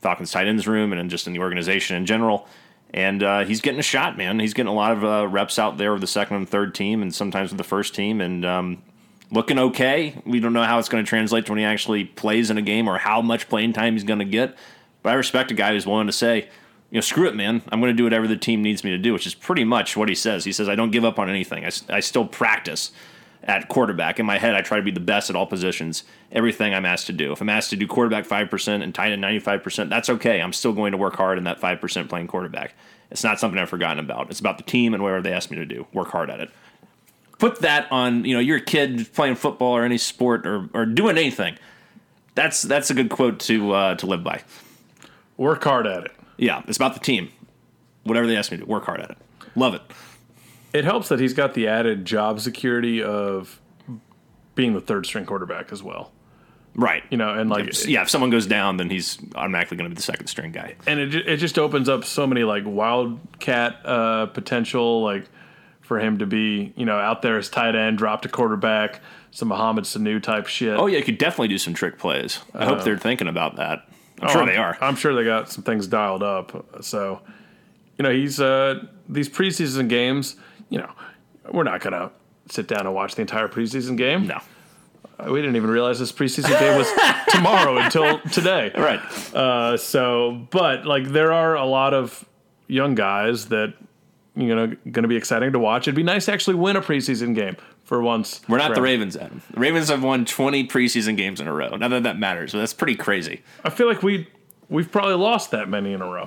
A: Falcons tight ends room and just in the organization in general. And uh, he's getting a shot, man. He's getting a lot of uh, reps out there with the second and third team, and sometimes with the first team, and um, looking okay. We don't know how it's going to translate to when he actually plays in a game or how much playing time he's going to get. But I respect a guy who's willing to say, you know, screw it, man. I'm going to do whatever the team needs me to do, which is pretty much what he says. He says, I don't give up on anything. I, s- I still practice at quarterback. In my head, I try to be the best at all positions, everything I'm asked to do. If I'm asked to do quarterback 5% and tight end 95%, that's okay. I'm still going to work hard in that 5% playing quarterback. It's not something I've forgotten about. It's about the team and whatever they ask me to do. Work hard at it. Put that on, you know, you're a kid playing football or any sport or, or doing anything. That's that's a good quote to uh, to live by.
B: Work hard at it.
A: Yeah, it's about the team. Whatever they ask me to do, work hard at it. Love it.
B: It helps that he's got the added job security of being the third string quarterback as well.
A: Right.
B: You know, and like
A: yeah, if someone goes down, then he's automatically going to be the second string guy.
B: and it, ju- it just opens up so many like wildcat uh, potential like for him to be, you know, out there as tight end, drop to quarterback, some Mohamed Sanu type shit.
A: Oh yeah, you could definitely do some trick plays. I hope they're thinking about that. I'm
B: Uh, Oh,
A: sure they are.
B: I'm sure they got some things dialed up. So, you know, he's uh these preseason games. You know, we're not gonna sit down and watch the entire preseason game.
A: no,
B: Uh, We didn't even realize this preseason game was [LAUGHS] tomorrow until today.
A: all right.
B: Uh, so, but like there are a lot of young guys that you know going to be exciting to watch. It'd be nice to actually win a preseason game for once.
A: We're not the
B: Ravens.
A: Ravens, Adam. The Ravens have won 20 preseason games in a row. Not that that matters, but that's pretty crazy.
B: I feel like we we've probably lost that many in a row.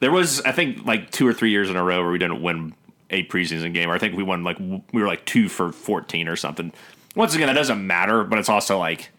A: There was, I think, like two or three years in a row where we didn't win a preseason game. Or I think we won like w- we were like two for 14 or something. Once again, that doesn't matter, but it's also like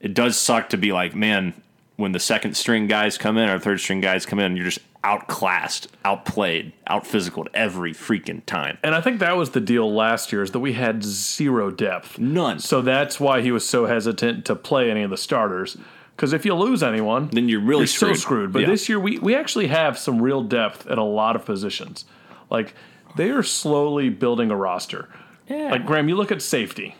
A: it does suck to be like, man, when the second string guys come in or third string guys come in, you're just outclassed, outplayed, out physical every freaking time.
B: And I think that was the deal last year is that we had zero depth.
A: None.
B: So that's why he was so hesitant to play any of the starters. Because if you lose anyone,
A: Then you're really
B: you're
A: screwed.
B: so screwed. But
A: Yeah.
B: this year, we, we actually have some real depth at a lot of positions. Like, they are slowly building a roster.
A: Yeah.
B: Like, Graham, you look at safety.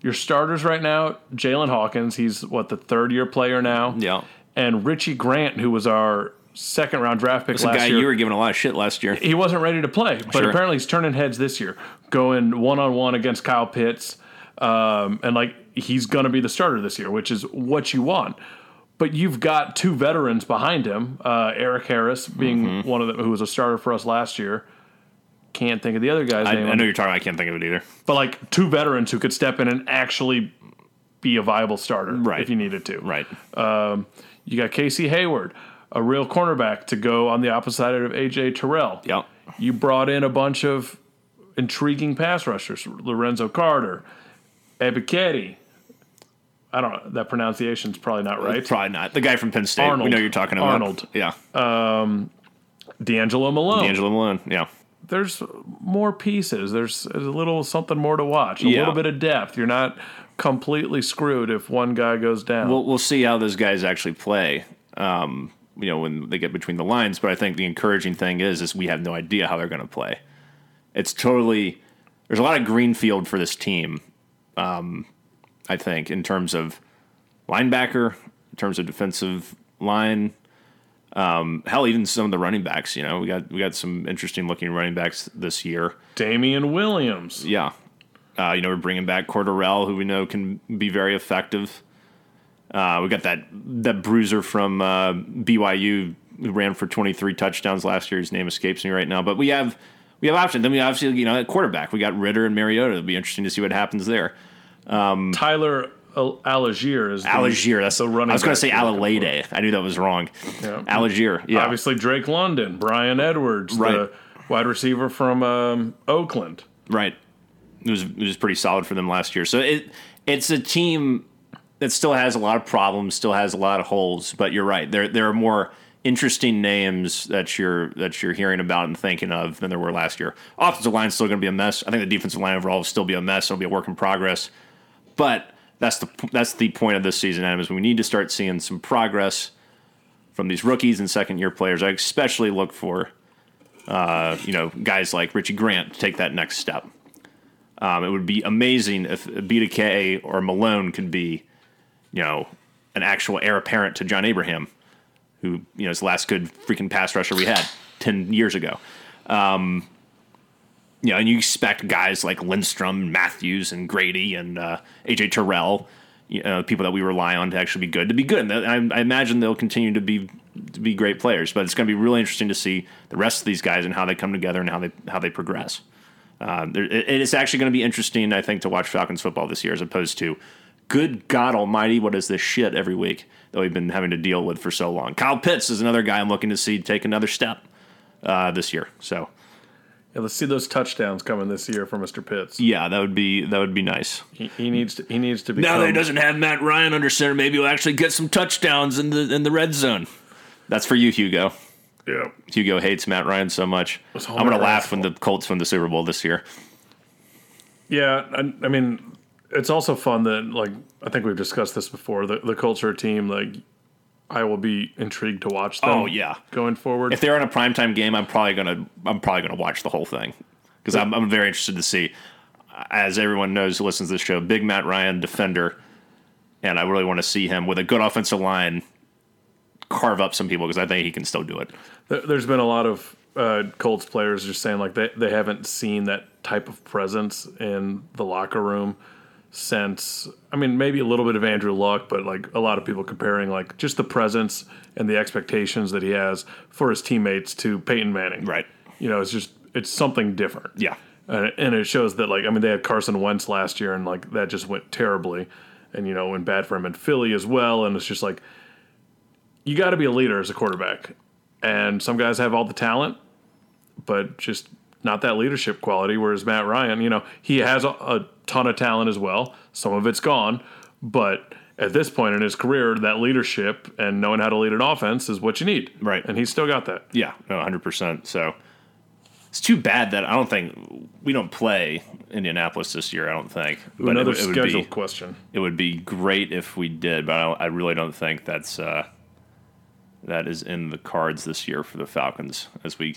B: Your starters right now, Jalen Hawkins, he's what, the third year player now?
A: Yeah.
B: And Richie Grant, who was our second round draft pick
A: The
B: last
A: guy
B: year
A: you were giving a lot of shit last year.
B: he wasn't ready to play, but
A: Sure.
B: apparently he's turning heads this year, going one on one against Kyle Pitts, um, and like he's going to be the starter this year, which is what you want. But you've got two veterans behind him, uh, Eric Harris being
A: Mm-hmm.
B: one of them who was a starter for us last year. Can't think of the other guy's
A: I,
B: name,
A: I know you're talking. about, I can't think of it either.
B: but like two veterans who could step in and actually be a viable starter
A: Right.
B: if you needed to.
A: Right.
B: You got Casey Hayward, a real cornerback to go on the opposite side of AJ Terrell.
A: Yeah.
B: You brought in a bunch of intriguing pass rushers: Lorenzo Carter, Ebiketti. I don't know. That pronunciation's probably not right.
A: Probably not. The guy from Penn State.
B: Arnold.
A: We know you're talking about.
B: Arnold.
A: Yeah.
B: D'Angelo Malone.
A: D'Angelo Malone. Yeah.
B: There's more pieces. There's, there's a little something more to watch. A
A: Yeah.
B: little bit of depth. You're not completely screwed if one guy goes down.
A: We'll, we'll see how those guys actually play. Um, you know, when they get between the lines. But I think the encouraging thing is, is we have no idea how they're going to play. It's totally. There's a lot of green field for this team. Um, I think in terms of linebacker, in terms of defensive line. Um, hell, even some of the running backs. You know, we got we got some interesting looking running backs this year.
B: Damian Williams.
A: Yeah. Uh, you know, we're bringing back Corderell, who we know can be very effective. Uh, we got that that bruiser from uh, BYU who ran for 23 touchdowns last year. His name escapes me right now, but we have we have options. Then we obviously you know at quarterback we got Ritter and Mariota. It'll be interesting to see what happens there.
B: Tyler Al- Algier is the-
A: Mm. Algier, that's
B: the running
A: I was going
B: back
A: to say
B: you're looking for.
A: Alalade. I knew that was wrong.
B: Yeah.
A: Algier, yeah,
B: Obviously, Drake London, Brian Edwards,
A: Right.
B: the wide receiver from um, Oakland.
A: Right. It was it was pretty solid for them last year. So it it's a team that still has a lot of problems, still has a lot of holes, but you're right. There there are more interesting names that you're that you're hearing about and thinking of than there were last year. Offensive line's still going to be a mess. I think the defensive line overall will still be a mess. It'll be a work in progress. But that's the that's the point of this season, Adam, is we need to start seeing some progress from these rookies and second year players. I especially look for uh, you know, guys like Richie Grant to take that next step. Um, it would be amazing if BDK or Malone could be, you know, an actual heir apparent to John Abraham, who you know is the last good freaking pass rusher we had ten years ago. Um, you know, and you expect guys like Lindstrom, Matthews, and Grady, and uh, AJ Terrell, you know, people that we rely on to actually be good, to be good. And I, I imagine they'll continue to be to be great players. But it's going to be really interesting to see the rest of these guys and how they come together and how they how they progress. Um, there, it, it's actually going to be interesting, I think, to watch Falcons football this year as opposed to, good God Almighty, what is this shit every week that we've been having to deal with for so long? Kyle Pitts is another guy I'm looking to see take another step uh, this year. So
B: Yeah, let's see those touchdowns coming this year for Mr. Pitts.
A: yeah, that would be that would be nice. Um,
B: He, he needs to. He needs to be.
A: Now that he doesn't have Matt Ryan under center, maybe he'll actually get some touchdowns in the in the red zone. That's for you, Hugo.
B: Yeah.
A: Hugo hates Matt Ryan so much.
B: was
A: I'm gonna
B: Homer
A: laugh when the Colts win the Super Bowl this year.
B: Yeah. I, I mean, it's also fun that like I think we've discussed this before. The the culture team like. I will be intrigued to watch them.
A: Oh, yeah.
B: going forward.
A: If they're on a primetime game, I'm probably gonna I'm probably gonna watch the whole thing. because I'm, I'm very interested to see. As everyone knows who listens to this show, big Matt Ryan defender, and I really want to see him with a good offensive line carve up some people because I think he can still do it.
B: There- There's been a lot of uh, Colts players just saying like they, they haven't seen that type of presence in the locker room since I mean maybe a little bit of Andrew Luck, but like a lot of people comparing like just the presence and the expectations that he has for his teammates to Peyton Manning.
A: Right.
B: You know, it's just it's something different.
A: Yeah.
B: Uh, and it shows that like I mean they had Carson Wentz last year and like that just went terribly, and you know went bad for him in Philly as well. And it's just like you got to be a leader as a quarterback, and some guys have all the talent, but just not that leadership quality. Whereas Matt Ryan, you know, he has a, a ton of talent as well. Some of it's gone, but at this point in his career, that leadership and knowing how to lead an offense is what you need.
A: Right.
B: and he's still got that.
A: Yeah, no, hundred percent. So it's too bad that I don't think we don't play Indianapolis this year. I don't think. But
B: Another
A: it, would- it
B: schedule
A: would be
B: question.
A: it would be great if we did, but I, don't, I really don't think that's uh, that is in the cards this year for the Falcons as we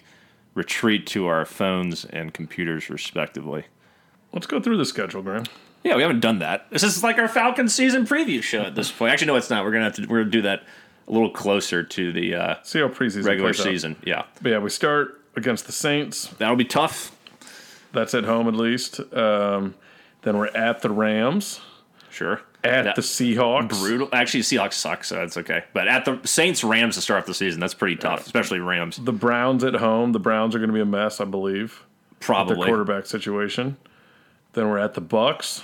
A: retreat to our phones and computers respectively.
B: Let's go through the schedule, Graham.
A: Yeah, we haven't done that. This is like our Falcons season preview show at this point. Actually, no, it's not. We're gonna have to we're gonna do that a little closer to the uh,
B: See how preseason
A: regular
B: plays out.
A: season. Yeah,
B: But yeah, we start against the Saints.
A: that'll be tough.
B: That's at home at least. Um, then we're at the Rams,
A: Sure.
B: at
A: That-
B: the Seahawks.
A: brutal. Actually, Seahawks suck, so that's okay. But at the Saints Rams to start off the season, that's pretty tough, especially Rams.
B: The Browns at home. The Browns are going to be a mess, I believe. The
A: Probably
B: quarterback situation. Then we're at the Bucks.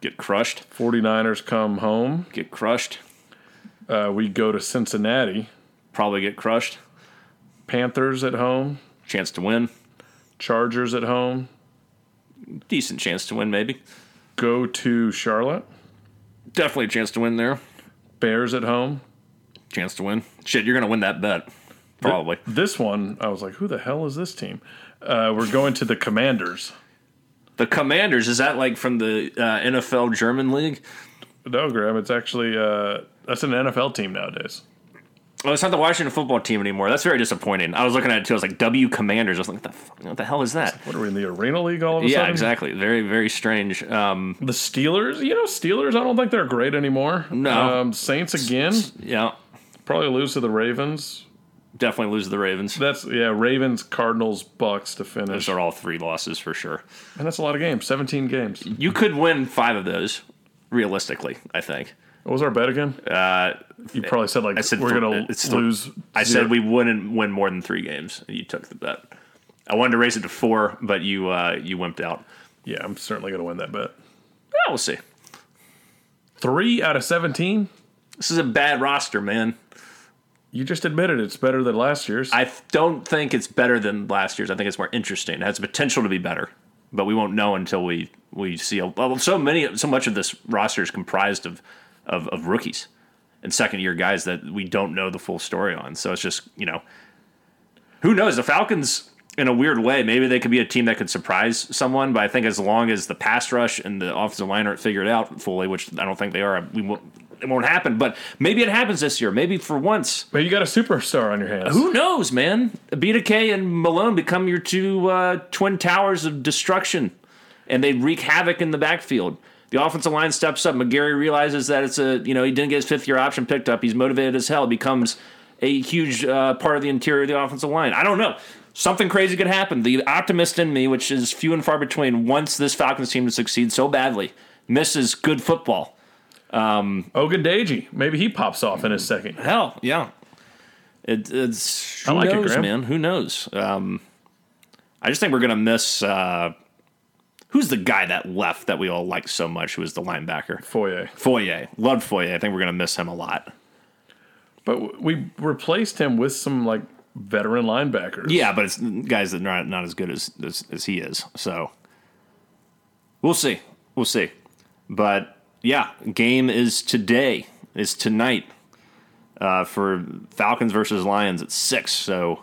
A: get crushed.
B: 49ers come home.
A: Get crushed.
B: Uh, we go to Cincinnati.
A: Probably get crushed.
B: Panthers at home.
A: Chance to win.
B: Chargers at home.
A: Decent chance to win, maybe.
B: Go to Charlotte.
A: Definitely a chance to win there.
B: Bears at home.
A: Chance to win. Shit, you're gonna win that bet. Probably.
B: This one, I was like, who the hell is this team? Uh, we're going to the Commanders.
A: The Commanders is that like from the uh, NFL German League?
B: No, Graham. It's actually uh, that's an NFL team nowadays.
A: Oh, it's not the Washington football team anymore. That's very disappointing. I was looking at it too. I was like, W Commanders. I was like, what the, fuck, what the hell is that?
B: What are we in the Arena League all of a
A: Yeah,
B: sudden?
A: exactly. Very, very strange. Um,
B: The Steelers, you know, Steelers. I don't think they're great anymore.
A: No.
B: Um, Saints again.
A: yeah,
B: Probably lose to the Ravens.
A: definitely lose to the Ravens.
B: That's yeah. Ravens, Cardinals, Bucks to finish,
A: Those are all three losses for sure.
B: and that's a lot of games. Seventeen games. What
A: You could win five of those, realistically. I think
B: was our bet again? Uh, you probably said like
A: I said
B: we're
A: th-
B: gonna
A: it's th-
B: lose.
A: I said we wouldn't win more than three games, and you took the bet. I wanted to raise it to four, but you uh, you wimped out.
B: yeah. I'm certainly gonna win that bet.
A: Yeah, we'll see.
B: Three out of seventeen.
A: This is a bad roster, man.
B: You just admitted it's better than last year's.
A: I f- don't think it's better than last year's. I think it's more interesting. It has the potential to be better, but we won't know until we we see. A, well, so many, so much of this roster is comprised of of, of rookies and second year guys that we don't know the full story on. So it's just you know, who knows? The Falcons, in a weird way, maybe they could be a team that could surprise someone. But I think as long as the pass rush and the offensive line aren't figured out fully, which I don't think they are, we won't, it won't happen. But maybe it happens this year. Maybe for once.
B: but you got a superstar on your hands.
A: Who knows, man? BDK and Malone become your two uh, twin towers of destruction, and they wreak havoc in the backfield. The offensive line steps up. McGarry realizes that it's a you know he didn't get his fifth year option picked up. He's motivated as hell. Becomes a huge uh, part of the interior of the offensive line. I don't know. Something crazy could happen. The optimist in me, which is few and far between, wants this Falcons team to succeed so badly. Misses good football.
B: Ogundeji. Maybe he pops off in his second.
A: Hell, yeah. It, it's who
B: I like it,
A: knows,
B: Graham.
A: man. Who knows? Um, I just think we're gonna miss. Uh, who's the guy that left that we all liked so much? Who was the linebacker?
B: Foyer.
A: Foyer, loved Foyer. I think we're gonna miss him a lot.
B: But w- we replaced him with some like veteran linebackers.
A: Yeah, but it's guys that are not not as good as as, as he is. So we'll see. We'll see. But yeah, game is today. Is tonight uh, for Falcons versus Lions at six. So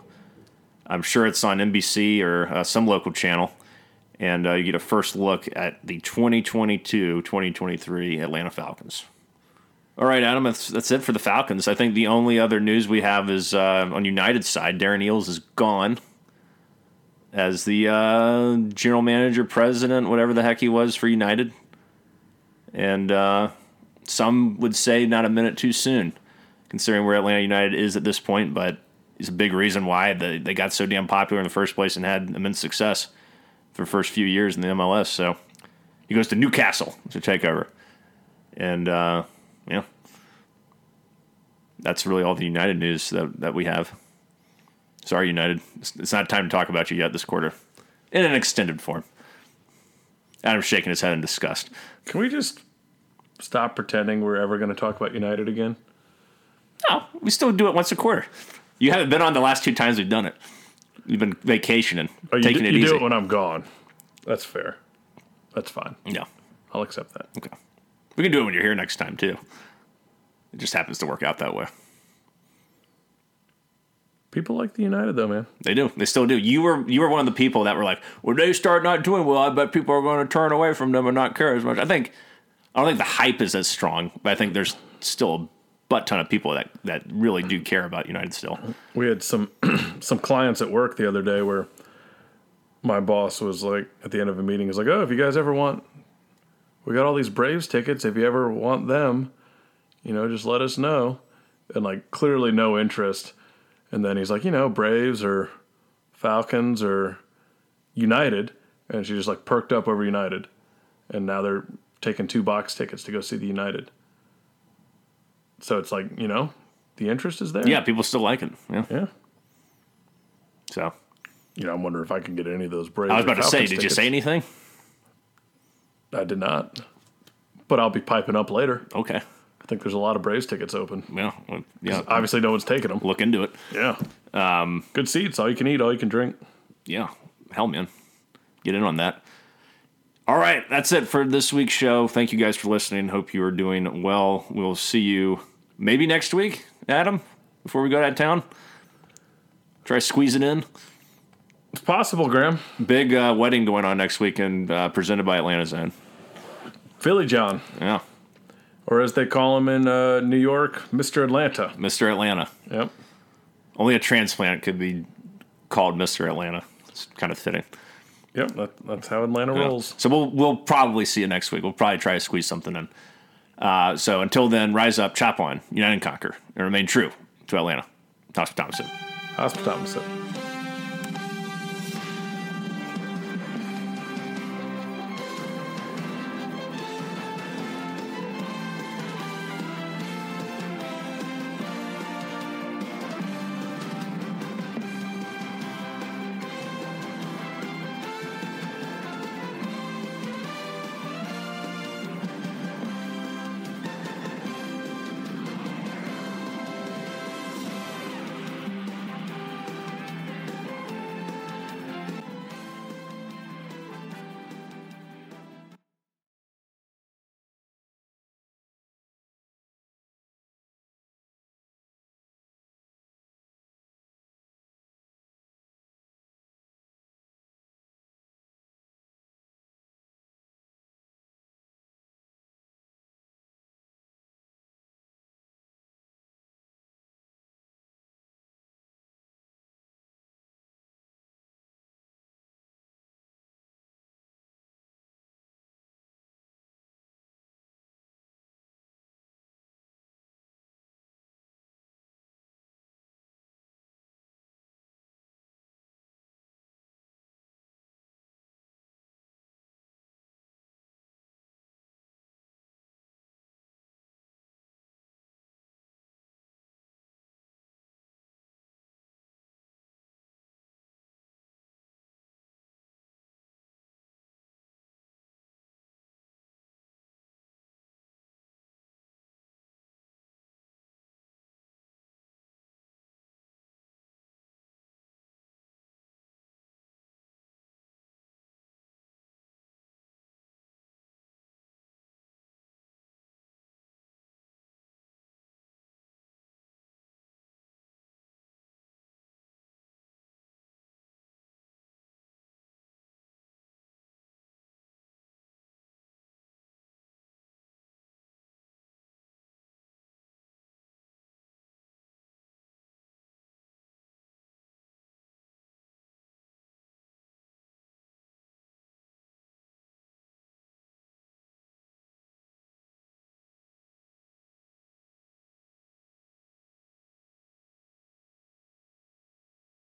A: I'm sure it's on NBC or uh, some local channel. And uh, you get a first look at the 2022-2023 Atlanta Falcons. All right, Adam, that's, that's it for the Falcons. I think the only other news we have is uh, on United's side, Darren Eels is gone. as the uh, general manager, president, whatever the heck he was for United. And uh, some would say not a minute too soon, considering where Atlanta United is at this point, but it's a big reason why they, they got so damn popular in the first place and had immense success for the first few years in the MLS. So he goes to Newcastle to take over. And, uh, yeah, that's really all the United news that, that we have. Sorry, United. It's, it's not time to talk about you yet this quarter in an extended form. Adam's shaking his head in disgust.
B: Can we just stop pretending we're ever going to talk about United again?
A: No, we still do it once a quarter. You haven't been on the last two times we've done it. You've been vacationing,
B: Oh, you
A: taking
B: do,
A: it
B: you
A: easy.
B: do it when I'm gone. That's fair. That's fine.
A: yeah,
B: I'll accept that.
A: okay. We can do it when you're here next time too. It just happens to work out that way.
B: People like the United though, man.
A: They do. They still do. You were you were one of the people that were like, when they start not doing well, I bet people are going to turn away from them and not care as much. I think I don't think the hype is as strong, but I think there's still a butt ton of people that that really do care about United still.
B: we had some [CLEARS THROAT] some clients at work the other day where my boss was like at the end of a meeting is like oh if you guys ever want we got all these braves tickets if you ever want them you know just let us know and like clearly no interest and then he's like you know braves or falcons or united and she just like perked up over united and now they're taking two box tickets to go see the united so it's like you know the interest is there
A: Yeah, people still like it. Yeah.
B: yeah
A: So
B: you know, I'm wondering if I can get any of those Braves.
A: I was
B: or
A: about to say,
B: Falcons
A: did you
B: tickets.
A: say anything?
B: I did not, but I'll be piping up later.
A: Okay.
B: I think there's a lot of Braves tickets open.
A: Yeah. Well, yeah.
B: Obviously, no one's taking them.
A: Look into it.
B: Yeah. Um, Good seats, all you can eat, all you can drink.
A: yeah, hell, man, get in on that. All right, that's it for this week's show. Thank you guys for listening. Hope you are doing well. We'll see you maybe next week, Adam, before we go out of town. Try squeezing in.
B: It's possible, Graham.
A: Big uh, wedding going on next weekend, uh, presented by Atlanta Zone.
B: Philly John,
A: Yeah,
B: or as they call him in uh, New York, Mr. Atlanta.
A: Mr. Atlanta.
B: Yep.
A: Only a transplant could be called Mr. Atlanta. It's kind of fitting.
B: Yep. That, that's how Atlanta rolls.
A: So we'll we'll probably see you next week. We'll probably try to squeeze something in. Uh, so until then, rise up, chop on, unite and conquer, and remain true to Atlanta. Thomas Thompson.
B: Hospitality.